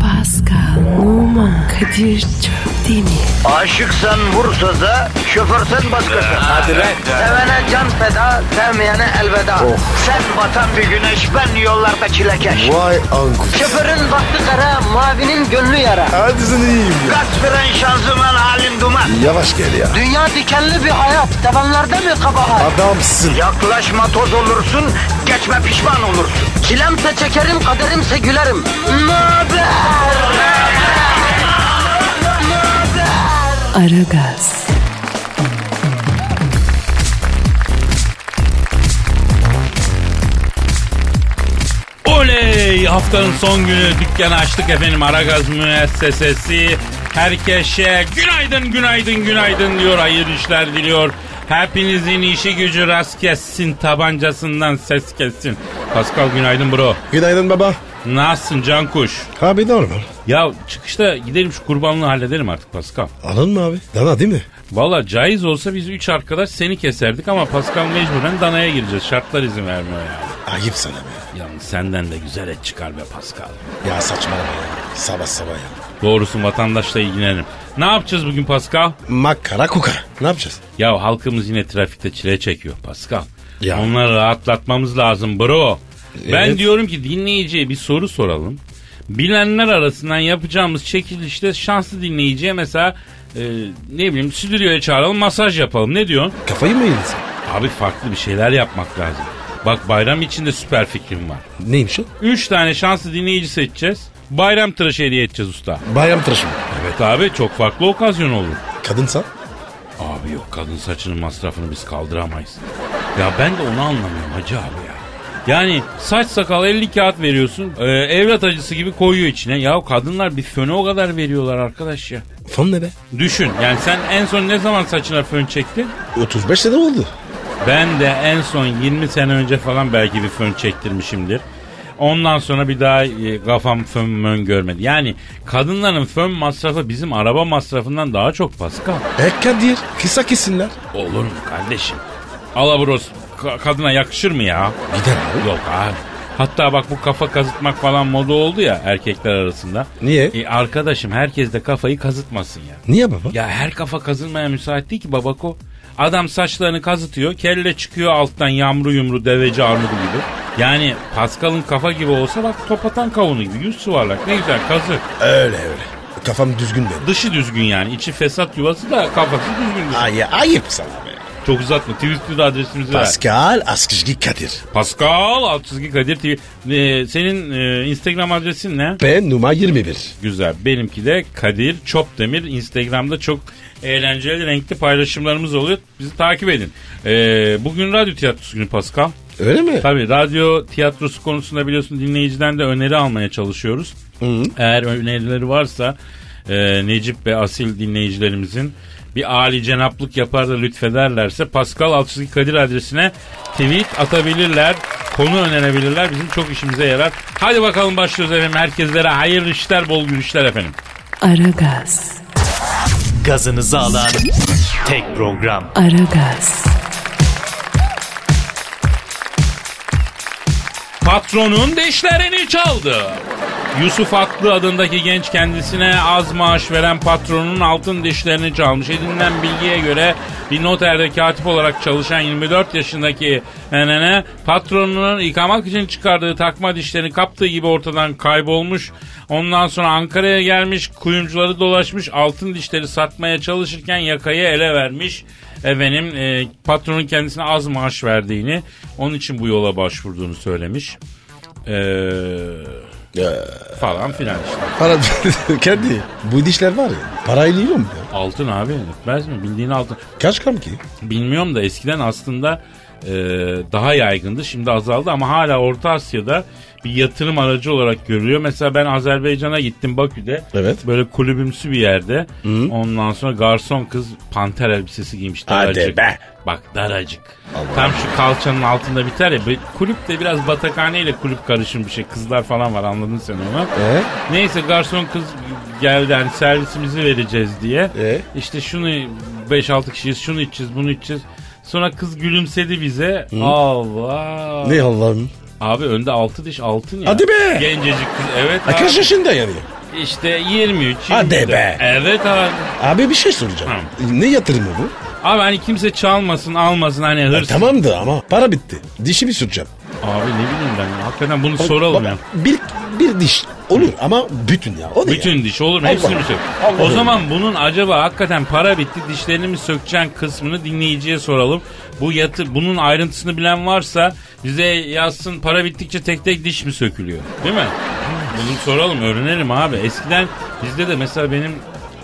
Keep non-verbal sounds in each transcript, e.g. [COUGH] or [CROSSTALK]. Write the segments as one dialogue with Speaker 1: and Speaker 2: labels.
Speaker 1: Pascal, Oman, Kadir çok değil mi?
Speaker 2: Aşıksan vursa da şoförsen başkasın. Hadi
Speaker 3: lan.
Speaker 2: Sevene can feda, sevmeyene elveda. Sen batan bir güneş, ben yollarda çilekeş.
Speaker 3: Vay anku.
Speaker 2: Şoförün baktı kara, mavinin gönlü yara.
Speaker 3: Hadi sen iyiyim ya.
Speaker 2: Kasperen şanzıman halin duman.
Speaker 3: Yavaş gel ya.
Speaker 2: Dünya dikenli bir hayat, sevenlerde mi kabahar?
Speaker 3: Adamsın.
Speaker 2: Yaklaşma toz olursun, geçme pişman olursun. Çilemse çekerim, kaderimse gülerim. Möber!
Speaker 1: Aragaz,
Speaker 4: Oley! Haftanın son günü dükkanı açtık efendim Aragaz Müessesesi. Herkese günaydın, günaydın, günaydın diyor. Hayır işler diliyor. Hepinizin işi gücü rast kessin, tabancasından ses kessin. Pascal günaydın bro.
Speaker 3: Günaydın baba.
Speaker 4: Nasılsın Cankuş?
Speaker 3: Abi normal.
Speaker 4: Ya çıkışta gidelim şu kurbanlığı halledelim artık Pascal.
Speaker 3: Alın mı abi? Dana değil mi?
Speaker 4: Valla caiz olsa biz üç arkadaş seni keserdik ama Pascal mecburen danaya gireceğiz. Şartlar izin vermiyor yani.
Speaker 3: Ayıp sana be.
Speaker 4: Yalnız senden de güzel et çıkar be Pascal.
Speaker 3: Ya saçmalama ya. Sabah sabah ya.
Speaker 4: Doğrusu vatandaşla ilgilenelim. Ne yapacağız bugün Pascal?
Speaker 3: Makara kukara. Ne yapacağız?
Speaker 4: Ya halkımız yine trafikte çile çekiyor Pascal.
Speaker 3: Ya.
Speaker 4: Onları rahatlatmamız lazım bro. Ben
Speaker 3: Evet.
Speaker 4: diyorum ki dinleyiciye bir soru soralım. Bilenler arasından yapacağımız çekilişte şanslı dinleyiciye mesela e, ne bileyim stüdyoya çağıralım masaj yapalım. Ne diyorsun?
Speaker 3: Kafayı mı yedin sen?
Speaker 4: Abi farklı bir şeyler yapmak lazım. Bak bayram içinde süper fikrim var.
Speaker 3: Neymiş o?
Speaker 4: Üç tane şanslı dinleyici seçeceğiz. Bayram tıraşı hediye edeceğiz usta.
Speaker 3: Bayram tıraşı mı?
Speaker 4: Evet abi çok farklı okazyon olur.
Speaker 3: Kadınsa?
Speaker 4: Abi yok kadın saçının masrafını biz kaldıramayız. Ya ben de onu anlamıyorum hacı abi ya. Yani saç sakal 50 kağıt veriyorsun. e, evlat acısı gibi koyuyor içine. Ya kadınlar bir föne o kadar veriyorlar arkadaş ya.
Speaker 3: Fon ne be?
Speaker 4: Düşün yani sen en son ne zaman saçına fön çektin?
Speaker 3: 35 sene oldu.
Speaker 4: Ben de en son 20 sene önce falan belki bir fön çektirmişimdir. Ondan sonra bir daha e, kafam fön mön görmedi. Yani kadınların fön masrafı bizim araba masrafından daha çok Pascal.
Speaker 3: E Kadir. Kısa kesinler.
Speaker 4: Olur mu kardeşim? Alabros ka- kadına yakışır mı ya?
Speaker 3: Gider abi.
Speaker 4: Yok abi. Hatta bak bu kafa kazıtmak falan moda oldu ya erkekler arasında.
Speaker 3: Niye?
Speaker 4: E arkadaşım herkes de kafayı kazıtmasın ya.
Speaker 3: Niye baba?
Speaker 4: Ya her kafa kazınmaya müsait değil ki babako. Adam saçlarını kazıtıyor, kelle çıkıyor alttan yamru yumru deveci armudu gibi. Yani Pascal'ın kafa gibi olsa bak topatan kavunu gibi yüz yuvarlak ne güzel kazı.
Speaker 3: Öyle öyle. Kafam düzgün benim.
Speaker 4: Dışı düzgün yani içi fesat yuvası da kafası düzgün. dışı.
Speaker 3: Ay, ayıp sana be.
Speaker 4: Çok uzatma Twitter'da adresimizi ver.
Speaker 3: Pascal Askışgi Kadir.
Speaker 4: Pascal Altçizgi Kadir TV. Ee, senin e, Instagram adresin ne?
Speaker 3: P numara 21.
Speaker 4: Güzel. Benimki de Kadir Çopdemir. Instagram'da çok eğlenceli, renkli paylaşımlarımız oluyor. Bizi takip edin. Ee, bugün radyo tiyatrosu günü Pascal.
Speaker 3: Öyle mi?
Speaker 4: Tabii radyo tiyatrosu konusunda biliyorsun dinleyiciden de öneri almaya çalışıyoruz. Eğer önerileri varsa e, Necip ve Asil dinleyicilerimizin bir Ali cenaplık yapar da lütfederlerse Pascal Altçızı Kadir adresine tweet atabilirler. Konu önerebilirler. Bizim çok işimize yarar. Hadi bakalım başlıyoruz efendim. Herkeslere hayırlı işler, bol gülüşler efendim.
Speaker 1: Aragaz,
Speaker 5: gazınızı alan tek program.
Speaker 1: Aragaz,
Speaker 4: Patronun dişlerini çaldı. Yusuf Atlı adındaki genç kendisine az maaş veren patronun altın dişlerini çalmış. Edinilen bilgiye göre bir noterde katip olarak çalışan 24 yaşındaki nenene patronunun yıkamak için çıkardığı takma dişlerini kaptığı gibi ortadan kaybolmuş. Ondan sonra Ankara'ya gelmiş, kuyumcuları dolaşmış, altın dişleri satmaya çalışırken yakayı ele vermiş. Efendim e, patronun kendisine az maaş verdiğini, onun için bu yola başvurduğunu söylemiş. Eee falan filan işte.
Speaker 3: Para [LAUGHS] kendi. Bu dişler var ya. Parayla yiyor mu? ya?
Speaker 4: Altın abi etmez mi? Bildiğin altın.
Speaker 3: Kaç gram ki?
Speaker 4: Bilmiyorum da eskiden aslında e, daha yaygındı. Şimdi azaldı ama hala Orta Asya'da bir yatırım aracı olarak görülüyor. Mesela ben Azerbaycan'a gittim Bakü'de.
Speaker 3: Evet.
Speaker 4: Böyle kulübümsü bir yerde. Ondan sonra garson kız panter elbisesi giymiş.
Speaker 3: Hadi
Speaker 4: Daracık.
Speaker 3: be.
Speaker 4: Bak daracık. Tam şu kalçanın altında biter ya. Böyle Kulüp de biraz batakhane ile kulüp karışım bir şey. Kızlar falan var anladın sen onu.
Speaker 3: E?
Speaker 4: Neyse garson kız geldi hani servisimizi vereceğiz diye.
Speaker 3: E?
Speaker 4: İşte şunu 5-6 kişiyiz şunu içeceğiz bunu içeceğiz. Sonra kız gülümsedi bize. Allah.
Speaker 3: Ne Allah'ım?
Speaker 4: Abi önde 6 diş altın ya.
Speaker 3: Hadi be!
Speaker 4: Gencecik kız evet. abi.
Speaker 3: Kaç yaşında yani?
Speaker 4: işte 23.
Speaker 3: Hadi
Speaker 4: 24.
Speaker 3: be.
Speaker 4: Evet abi.
Speaker 3: Abi bir şey soracağım. Ne yatırımı bu?
Speaker 4: Abi hani kimse çalmasın almasın hani
Speaker 3: Ya
Speaker 4: hırsız.
Speaker 3: tamamdı ama para bitti. Dişi bir süreceğim.
Speaker 4: Abi ne bileyim ben ya. hakikaten bunu
Speaker 3: Bak-
Speaker 4: soralım
Speaker 3: bak,
Speaker 4: ya.
Speaker 3: Bir, bir diş olur ama bütün ya. O ne ya?
Speaker 4: Bütün diş olur mu?
Speaker 3: Allah
Speaker 4: Hepsini mi
Speaker 3: Allah.
Speaker 4: sök?
Speaker 3: Allah
Speaker 4: O
Speaker 3: Allah.
Speaker 4: zaman bunun acaba hakikaten para bitti dişlerini mi sökeceksin kısmını dinleyiciye soralım. Bu yatı bunun ayrıntısını bilen varsa bize yazsın para bittikçe tek tek diş mi sökülüyor değil mi? Bunu soralım öğrenelim abi. Eskiden bizde de mesela benim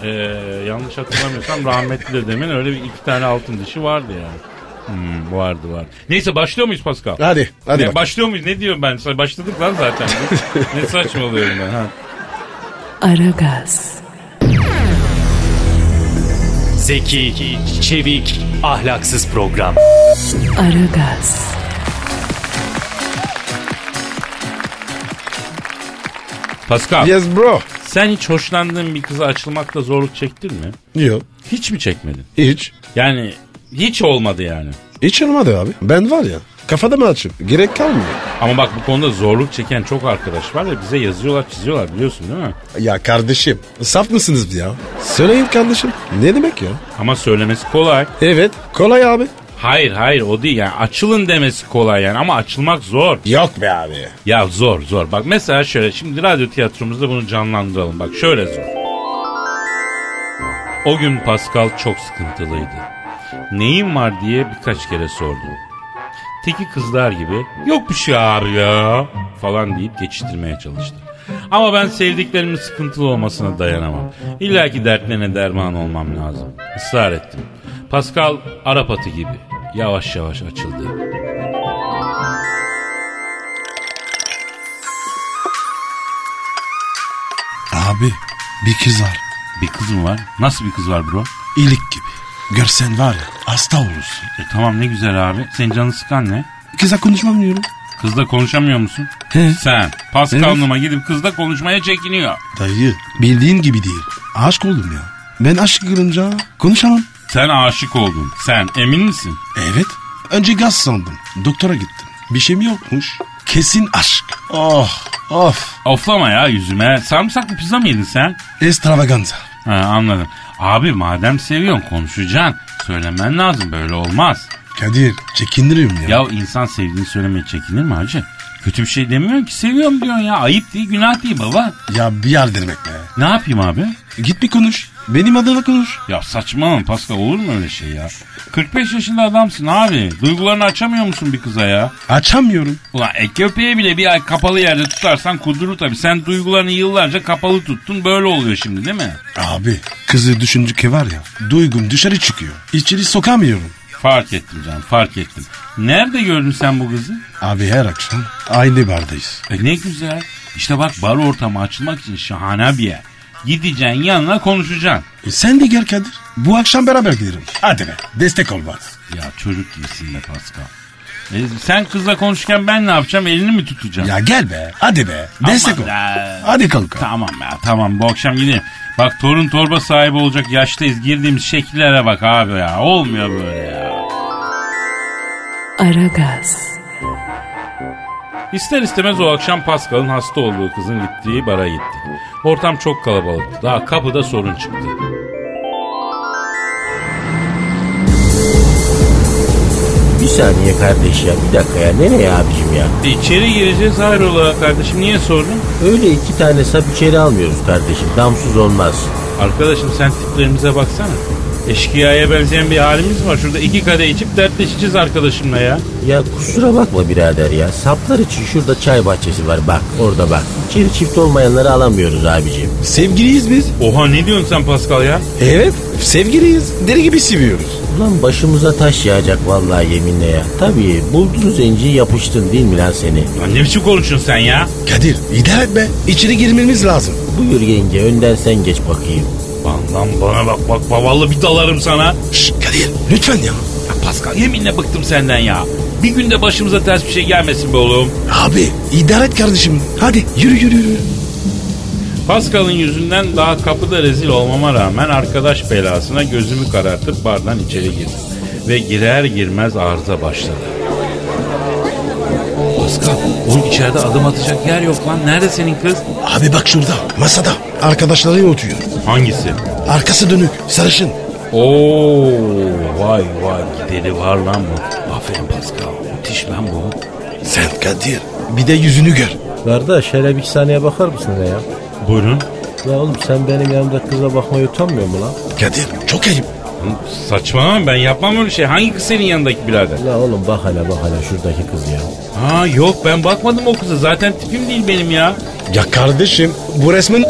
Speaker 4: eee, yanlış hatırlamıyorsam rahmetli dedemin öyle bir iki tane altın dişi vardı yani. Hmm, vardı vardı. Neyse başlıyor muyuz Pascal?
Speaker 3: Hadi hadi
Speaker 4: Ne,
Speaker 3: bak.
Speaker 4: başlıyor muyuz? Ne diyorum ben? Başladık lan zaten. ne saçmalıyorum ben. Ha.
Speaker 1: Aragaz,
Speaker 5: Zeki, çevik, ahlaksız program.
Speaker 1: Aragaz,
Speaker 4: Pascal.
Speaker 3: Yes bro.
Speaker 4: Sen hiç hoşlandığın bir kıza açılmakta zorluk çektin mi?
Speaker 3: Yok
Speaker 4: Hiç mi çekmedin?
Speaker 3: hiç.
Speaker 4: Yani hiç olmadı yani.
Speaker 3: Hiç olmadı abi. Ben var ya kafada mı açıp gerek kalmıyor.
Speaker 4: Ama bak bu konuda zorluk çeken çok arkadaş var ya bize yazıyorlar çiziyorlar biliyorsun değil mi?
Speaker 3: Ya kardeşim saf mısınız ya? Söyleyin kardeşim. Ne demek ya?
Speaker 4: Ama söylemesi kolay.
Speaker 3: Evet kolay abi.
Speaker 4: Hayır hayır o değil yani açılın demesi kolay yani ama açılmak zor.
Speaker 3: Yok be abi.
Speaker 4: Ya zor zor bak mesela şöyle şimdi radyo tiyatromuzda bunu canlandıralım bak şöyle zor. O gün Pascal çok sıkıntılıydı. Neyin var diye birkaç kere sordum. Teki kızlar gibi yok bir şey abi ya falan deyip geçiştirmeye çalıştı. Ama ben sevdiklerimin sıkıntılı olmasına dayanamam. İlla ki dertlerine derman olmam lazım. Israr ettim. Pascal Arap atı gibi yavaş yavaş açıldı.
Speaker 6: Abi bir kız var.
Speaker 4: Bir kızım var. Nasıl bir kız var bro?
Speaker 6: İlik gibi. Görsen var ya hasta olursun.
Speaker 4: E tamam ne güzel abi. Senin canını sıkan ne?
Speaker 6: Kıza konuşmamıyorum.
Speaker 4: Kızla konuşamıyor musun?
Speaker 6: He.
Speaker 4: Sen Pascal
Speaker 6: Evet.
Speaker 4: Numa gidip kızla konuşmaya çekiniyor.
Speaker 6: Dayı bildiğin gibi değil. Aşk oldum ya. Ben aşk kırınca konuşamam.
Speaker 4: Sen aşık oldun. Sen emin misin?
Speaker 6: Evet. Önce gaz sandım. Doktora gittim. Bir şeyim yokmuş. Kesin aşk. Oh of.
Speaker 4: Oflama ya yüzüme. Sarımsaklı pizza mı yedin sen?
Speaker 6: Extravaganza.
Speaker 4: Ha, anladım. Abi madem seviyorsun konuşacaksın. Söylemen lazım böyle olmaz.
Speaker 6: Kadir çekindiriyorum ya.
Speaker 4: Ya insan sevdiğini söylemeye çekinir mi hacı? Kötü bir şey demiyorsun ki seviyorum diyorsun ya. Ayıp değil günah değil baba.
Speaker 6: Ya bir yer denemek be.
Speaker 4: Ne yapayım abi?
Speaker 6: Git bir konuş. Benim adına konuş.
Speaker 4: Ya saçmalama Pascal olur mu öyle şey ya? 45 yaşında adamsın abi. Duygularını açamıyor musun bir kıza ya?
Speaker 6: Açamıyorum.
Speaker 4: Ulan e, köpeği bile bir ay kapalı yerde tutarsan kudurur tabii. Sen duygularını yıllarca kapalı tuttun böyle oluyor şimdi değil mi?
Speaker 6: Abi kızı düşündük ki var ya duygum dışarı çıkıyor. İçeri sokamıyorum.
Speaker 4: Fark ettim canım fark ettim. Nerede gördün sen bu kızı?
Speaker 6: Abi her akşam aynı bardayız.
Speaker 4: E ne güzel. İşte bak bar ortamı açılmak için şahane bir yer. Gideceksin yanına konuşacaksın.
Speaker 6: E sen de gel Kadir. Bu akşam beraber gidelim. Hadi be destek ol bana.
Speaker 4: Ya çocuk gibisin be Pascal. E, sen kızla konuşurken ben ne yapacağım? Elini mi tutacağım?
Speaker 6: Ya gel be hadi be destek ol.
Speaker 4: be.
Speaker 6: Hadi kalk.
Speaker 4: Tamam ya tamam bu akşam gideyim. Bak torun torba sahibi olacak yaştayız. Girdiğimiz şekillere bak abi ya. Olmuyor böyle ya.
Speaker 1: Aragaz,
Speaker 4: İster istemez o akşam Pascal'ın hasta olduğu kızın gittiği bara gittik. Ortam çok kalabalıktı. Daha kapıda sorun çıktı.
Speaker 7: Bir saniye kardeş ya bir dakika ya nereye abicim ya?
Speaker 4: E, İçeri gireceğiz hayrola kardeşim niye sordun?
Speaker 7: Öyle iki tane sap içeri almıyoruz kardeşim damsız olmaz.
Speaker 4: Arkadaşım sen tiplerimize baksana. Eşkıya'ya benzeyen bir halimiz var. Şurada iki kadeh içip dertleşeceğiz arkadaşımla ya.
Speaker 7: Ya kusura bakma birader ya saplar için şurada çay bahçesi var bak orada bak. İçeri çift olmayanları alamıyoruz abicim.
Speaker 3: Sevgiliyiz biz.
Speaker 4: Oha ne diyorsun sen Pascal ya?
Speaker 3: Evet sevgiliyiz. Deli gibi seviyoruz.
Speaker 7: Ulan başımıza taş yağacak vallahi yeminle ya. Tabii buldun zenciyi yapıştın değil mi lan seni?
Speaker 4: Lan ne biçim konuşuyorsun sen ya?
Speaker 3: Kadir idare et be. İçeri girmemiz lazım.
Speaker 7: Buyur yenge önden sen geç bakayım.
Speaker 4: Lan, lan bana bak bak bavallı bir dalarım sana.
Speaker 3: Şşş Kadir lütfen ya.
Speaker 4: Ya Pascal yeminle bıktım senden ya. Bir günde başımıza ters bir şey gelmesin be oğlum.
Speaker 3: Abi idare et kardeşim. Hadi yürü yürü yürü.
Speaker 4: Pascal'ın yüzünden daha kapıda rezil olmama rağmen arkadaş belasına gözümü karartıp bardan içeri girdim. Ve girer girmez arıza başladı. Pascal oğlum içeride adım atacak yer yok lan. Nerede senin kız?
Speaker 6: Abi bak şurada masada arkadaşları oturuyor.
Speaker 4: Hangisi?
Speaker 6: Arkası dönük sarışın.
Speaker 4: Oo vay vay gideri var lan bu. Aferin Pascal. Müthiş lan bu.
Speaker 6: Sen Kadir bir de yüzünü gör.
Speaker 7: Kardeş hele bir iki saniye bakar mısın be ya?
Speaker 4: Buyurun.
Speaker 7: Ya oğlum sen benim yanımda kıza bakmaya utanmıyor mu lan?
Speaker 6: Kadir çok ayıp.
Speaker 4: Saçmalama ben yapmam öyle şey. Hangi kız senin yanındaki birader?
Speaker 7: La oğlum bak hele bak hele şuradaki kız ya.
Speaker 4: Ha yok ben bakmadım o kıza. Zaten tipim değil benim ya.
Speaker 3: Ya kardeşim bu resmin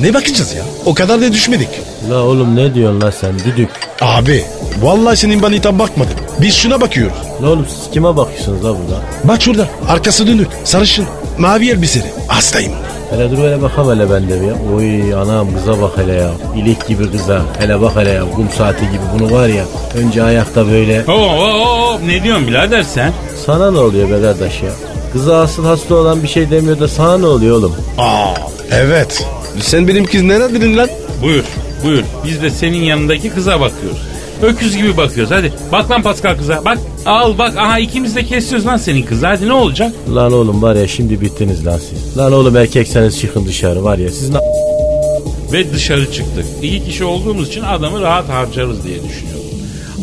Speaker 3: ne bakacağız ya? O kadar da düşmedik.
Speaker 7: La oğlum ne diyorsun la sen düdük?
Speaker 3: Abi vallahi senin banita bakmadım. Biz şuna bakıyoruz.
Speaker 7: La oğlum siz kime bakıyorsunuz la burada?
Speaker 3: Bak şurada arkası dönük sarışın mavi elbiseli. Hastayım.
Speaker 7: Hele dur hele bakam hele ben de bir ya. Oy anam kıza bak hele ya. İlik gibi kıza. Hele bak hele ya kum saati gibi bunu var ya. Önce ayakta böyle.
Speaker 4: Oo, oo, oo, ne diyorsun birader sen?
Speaker 7: Sana ne oluyor be kardeş ya? Kıza asıl hasta olan bir şey demiyor da sana ne oluyor oğlum?
Speaker 3: Aa evet. Sen benim kız neredeydin lan?
Speaker 4: Buyur buyur. Biz de senin yanındaki kıza bakıyoruz. Öküz gibi bakıyoruz hadi. Bak lan Pascal kıza bak. Al bak aha ikimiz de kesiyoruz lan senin kızı. Hadi ne olacak?
Speaker 7: Lan oğlum var ya şimdi bittiniz lan siz. Lan oğlum erkekseniz çıkın dışarı var ya. Siz ne
Speaker 4: ve dışarı çıktık. İki kişi olduğumuz için adamı rahat harcarız diye düşünüyordum.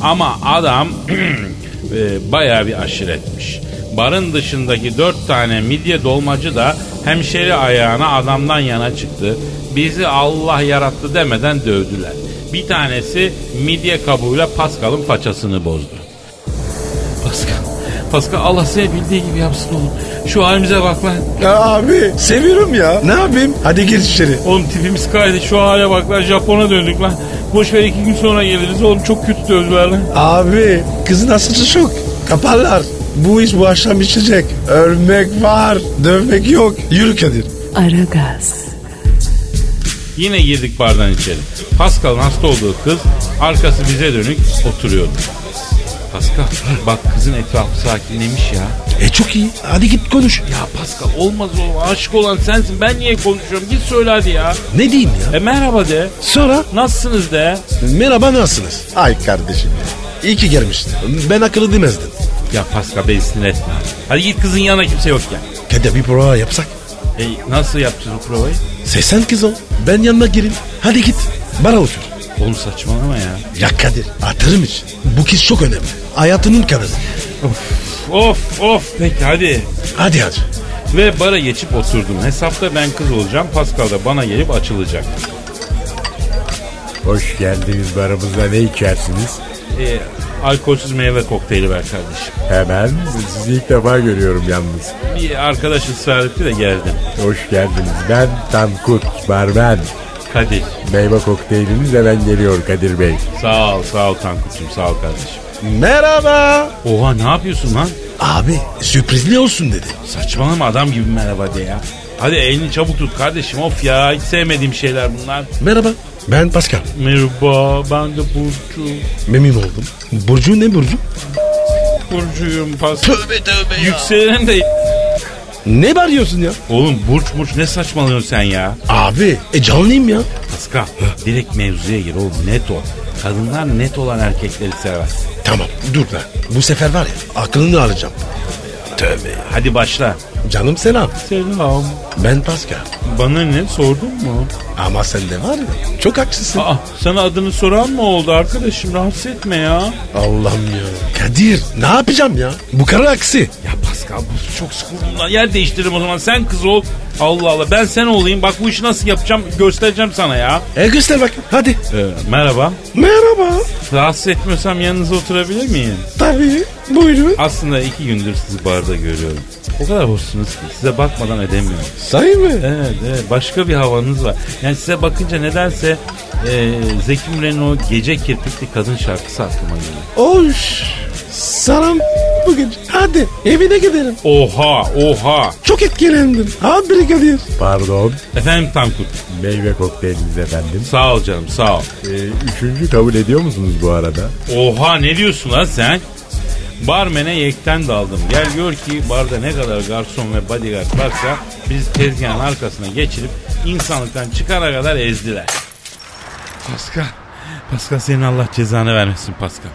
Speaker 4: Ama adam [CLEARS THROAT] e, bayağı bir aşiretmiş. Barın dışındaki dört tane midye dolmacı da hemşeri ayağına adamdan yana çıktı. Bizi Allah yarattı demeden dövdüler. Bir tanesi midye kabuğuyla Pascal'ın paçasını bozdu. Pascal, Pascal Allah seni bildiği gibi yapsın oğlum. Şu halimize bak lan.
Speaker 3: Abi seviyorum ya. Ne yapayım? Hadi gir içeri.
Speaker 4: Oğlum tipimiz kaydı şu hale bak lan Japon'a döndük lan. Boş ver iki gün sonra geliriz oğlum çok kötü dövdüler lan.
Speaker 3: Abi kızın asıcı çok. Kaparlar. Bu iş bu akşam içecek. Ölmek var. Dövmek yok. Yürü Kadir.
Speaker 1: Aragaz,
Speaker 4: Yine girdik bardan içeri. Pascal'ın hasta olduğu kız arkası bize dönük oturuyordu. Pascal bak kızın etrafı sakinlemiş ya.
Speaker 6: E çok iyi. Hadi git konuş.
Speaker 4: Ya Pascal olmaz oğlum aşık olan sensin ben niye konuşuyorum git söyle hadi ya.
Speaker 6: Ne diyeyim ya?
Speaker 4: E merhaba de
Speaker 6: Sonra
Speaker 4: nasılsınız de.
Speaker 6: merhaba nasılsınız? Ay kardeşim ya. İyi ki gelmiştin. Ben akıllı demezdim.
Speaker 4: Ya Pascal beni sinir etme. Hadi git kızın yanına kimse yokken.
Speaker 6: Kadir bir prova yapsak.
Speaker 4: E nasıl yapacağız o provayı?
Speaker 6: Sesen kız ol. Ben yanına gireyim. Hadi git. Bana otur.
Speaker 4: Oğlum saçmalama ya.
Speaker 6: Ya Kadir atarım için. Bu kız çok önemli. Hayatının kadını.
Speaker 4: Of of peki hadi.
Speaker 6: Hadi hadi.
Speaker 4: Ve bara geçip oturdum. Hesapta ben kız olacağım. Pascal da bana gelip açılacak.
Speaker 8: Hoş geldiniz barımıza ne içersiniz?
Speaker 4: Ee, alkolsüz meyve kokteyli ver kardeşim.
Speaker 8: Hemen sizi ilk defa görüyorum yalnız.
Speaker 4: Bir arkadaş ısrar etti de geldim.
Speaker 8: Hoş geldiniz ben Tankut Barmen.
Speaker 4: Kadir.
Speaker 8: Meyve kokteyliniz hemen geliyor Kadir Bey.
Speaker 4: Sağ ol, sağ ol Tankuç'um, sağ ol kardeşim.
Speaker 3: Merhaba.
Speaker 4: Oha ne yapıyorsun lan?
Speaker 6: Abi sürprizli olsun dedi.
Speaker 4: Saçmalama adam gibi merhaba de ya. Hadi elini çabuk tut kardeşim of ya hiç sevmediğim şeyler bunlar.
Speaker 6: Merhaba ben Pascal.
Speaker 4: Merhaba ben de Burcu.
Speaker 6: Memnun oldum. Burcu ne Burcu?
Speaker 4: Burcu'yum Pascal. Tövbe tövbe ya. Yükselen de...
Speaker 6: Ne bağırıyorsun ya?
Speaker 4: Oğlum Burç Burç ne saçmalıyorsun sen ya?
Speaker 6: Abi e canlıyım ya.
Speaker 4: Pascal direkt mevzuya gir oğlum net ol. Kadınlar net olan erkekleri sever.
Speaker 6: Tamam dur lan. Bu sefer var ya aklını alacağım. Tövbe ya.
Speaker 4: Hadi başla.
Speaker 6: Canım selam.
Speaker 4: Selam.
Speaker 6: Ben Pascal.
Speaker 4: Bana ne sordun mu?
Speaker 6: Ama sen de var ya çok haksızsın.
Speaker 4: Aa sana adını soran mı oldu arkadaşım rahatsız etme ya.
Speaker 6: Allah'ım ya. Kadir ne yapacağım ya? Bu karı aksi.
Speaker 4: Ya Pascal bu çok sıkıldım lan yer değiştiririm o zaman sen kız ol. Allah Allah ben sen olayım bak bu işi nasıl yapacağım göstereceğim sana ya.
Speaker 6: E göster bak hadi.
Speaker 4: Ee, merhaba.
Speaker 6: Merhaba.
Speaker 4: Rahatsız etmiyorsam yanınıza oturabilir miyim?
Speaker 6: Tabii buyurun.
Speaker 4: Aslında iki gündür sizi barda görüyorum. O kadar hoşsunuz ki size bakmadan edemiyorum.
Speaker 6: Say mı?
Speaker 4: Evet, evet başka bir havanız var. Yani size bakınca nedense e, Zeki Müren'in o gece kirpikli kadın şarkısı aklıma geliyor.
Speaker 6: Oş. Saram bugün. Hadi evine gidelim.
Speaker 4: Oha oha.
Speaker 6: Çok etkilendim. Abi Kadir.
Speaker 8: Pardon
Speaker 4: Efendim Tankut
Speaker 8: meyve kokteyliniz efendim.
Speaker 4: sağ ol canım sağ ol.
Speaker 8: Ee, üçüncü kabul ediyor musunuz bu arada?
Speaker 4: Oha ne diyorsun lan sen? Barmen'e yekten daldım. Gel gör ki barda ne kadar garson ve bodyguard varsa biz tezgahın arkasına geçirip insanlıktan çıkana kadar ezdiler. Pascal. Pascal senin Allah cezanı vermesin Pascal.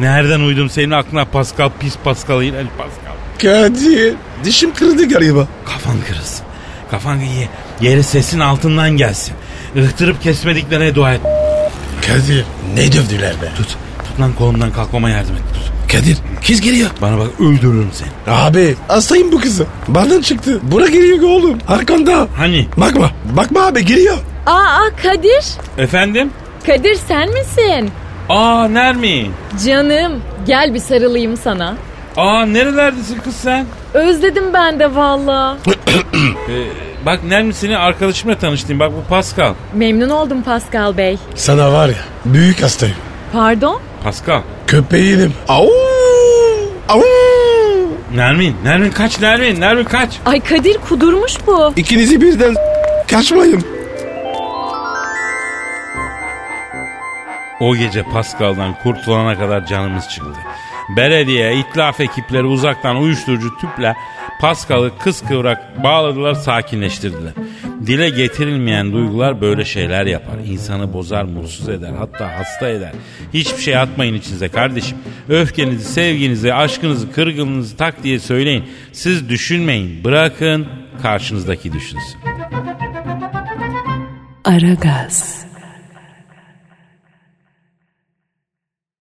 Speaker 4: Nereden uydum senin aklına Pascal pis Pascal iğrenç Pascal.
Speaker 3: Kadir. Dişim kırdı galiba.
Speaker 4: Kafan kırılsın. Kafan iyi. Yeri sesin altından gelsin. Ihtırıp kesmediklerine dua et.
Speaker 3: Kadir. Ne dövdüler be?
Speaker 4: Tut. Tut lan kolumdan kalkmama yardım et. Tut.
Speaker 3: Kadir. Kız geliyor.
Speaker 4: Bana bak öldürürüm seni.
Speaker 3: Abi hastayım bu kızı. Benden çıktı. Bura geliyor oğlum. Arkanda.
Speaker 4: Hani?
Speaker 3: Bakma. Bakma abi geliyor.
Speaker 9: Aa Kadir.
Speaker 4: Efendim?
Speaker 9: Kadir sen misin?
Speaker 4: Aa Nermin.
Speaker 9: Canım gel bir sarılayım sana.
Speaker 4: Aa nerelerdesin kız sen?
Speaker 9: Özledim ben de valla.
Speaker 4: Ee, bak Nermin seni arkadaşımla tanıştım. Bak bu Pascal.
Speaker 9: Memnun oldum Pascal Bey.
Speaker 3: Sana var ya büyük hastayım.
Speaker 9: Pardon?
Speaker 4: Pascal.
Speaker 3: Köpeğiydim. Au! Au!
Speaker 4: Nermin. Nermin kaç Nermin. Nermin kaç.
Speaker 9: Ay Kadir kudurmuş bu.
Speaker 3: İkinizi birden kaçmayın.
Speaker 4: O gece Pascal'dan kurtulana kadar canımız çıktı. Belediye, itlaf ekipleri uzaktan uyuşturucu tüple Pascal'ı kıskıvrak bağladılar, sakinleştirdiler. Dile getirilmeyen duygular böyle şeyler yapar. İnsanı bozar, mutsuz eder, hatta hasta eder. Hiçbir şey atmayın içinize kardeşim. Öfkenizi, sevginizi, aşkınızı, kırgınlığınızı tak diye söyleyin. Siz düşünmeyin, bırakın karşınızdaki düşünsün.
Speaker 1: Aragaz.